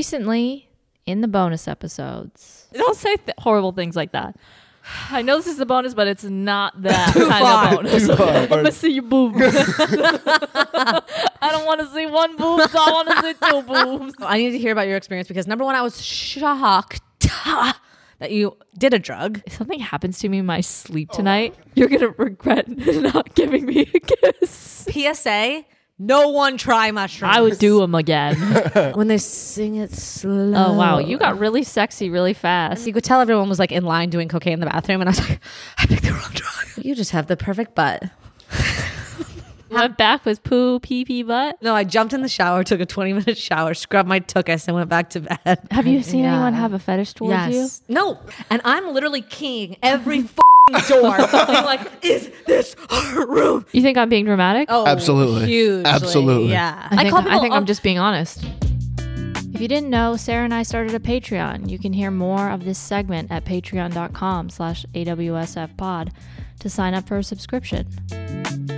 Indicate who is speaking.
Speaker 1: Recently, in the bonus episodes,
Speaker 2: Don't say th- horrible things like that. I know this is a bonus, but it's not that
Speaker 1: far.
Speaker 2: kind of bonus.
Speaker 3: Too far.
Speaker 2: I want to see your boobs. I don't want to see one boob, so I want to see two boobs.
Speaker 4: I need to hear about your experience because number one, I was shocked that you did a drug.
Speaker 2: If something happens to me in my sleep tonight, you're going to regret not giving me a kiss.
Speaker 4: PSA: No one try mushrooms.
Speaker 2: I would do them again.
Speaker 4: when they sing it slow.
Speaker 2: oh, wow. You got really sexy really fast.
Speaker 4: You could tell everyone was like in line doing cocaine in the bathroom, and I was like, I picked the wrong drug.
Speaker 1: you just have the perfect butt.
Speaker 2: My back was poo, pee, pee, butt.
Speaker 4: No, I jumped in the shower, took a 20 minute shower, scrubbed my tuchus, and went back to bed.
Speaker 2: Have you seen
Speaker 1: Yeah.
Speaker 2: anyone have a fetish towards you?
Speaker 4: No. And I'm literally keying every f***ing door. I'm like, is this our room?
Speaker 2: You think I'm being dramatic?
Speaker 4: Oh,
Speaker 3: Absolutely.
Speaker 4: Hugely.
Speaker 3: Absolutely.
Speaker 4: Yeah.
Speaker 2: I think,
Speaker 4: call
Speaker 2: I
Speaker 4: people
Speaker 2: think
Speaker 4: all-
Speaker 2: I'm just being honest.
Speaker 1: If you didn't know, Sarah and I started a Patreon. You can hear more of this segment at patreon.com slash awsfpod to sign up for a subscription.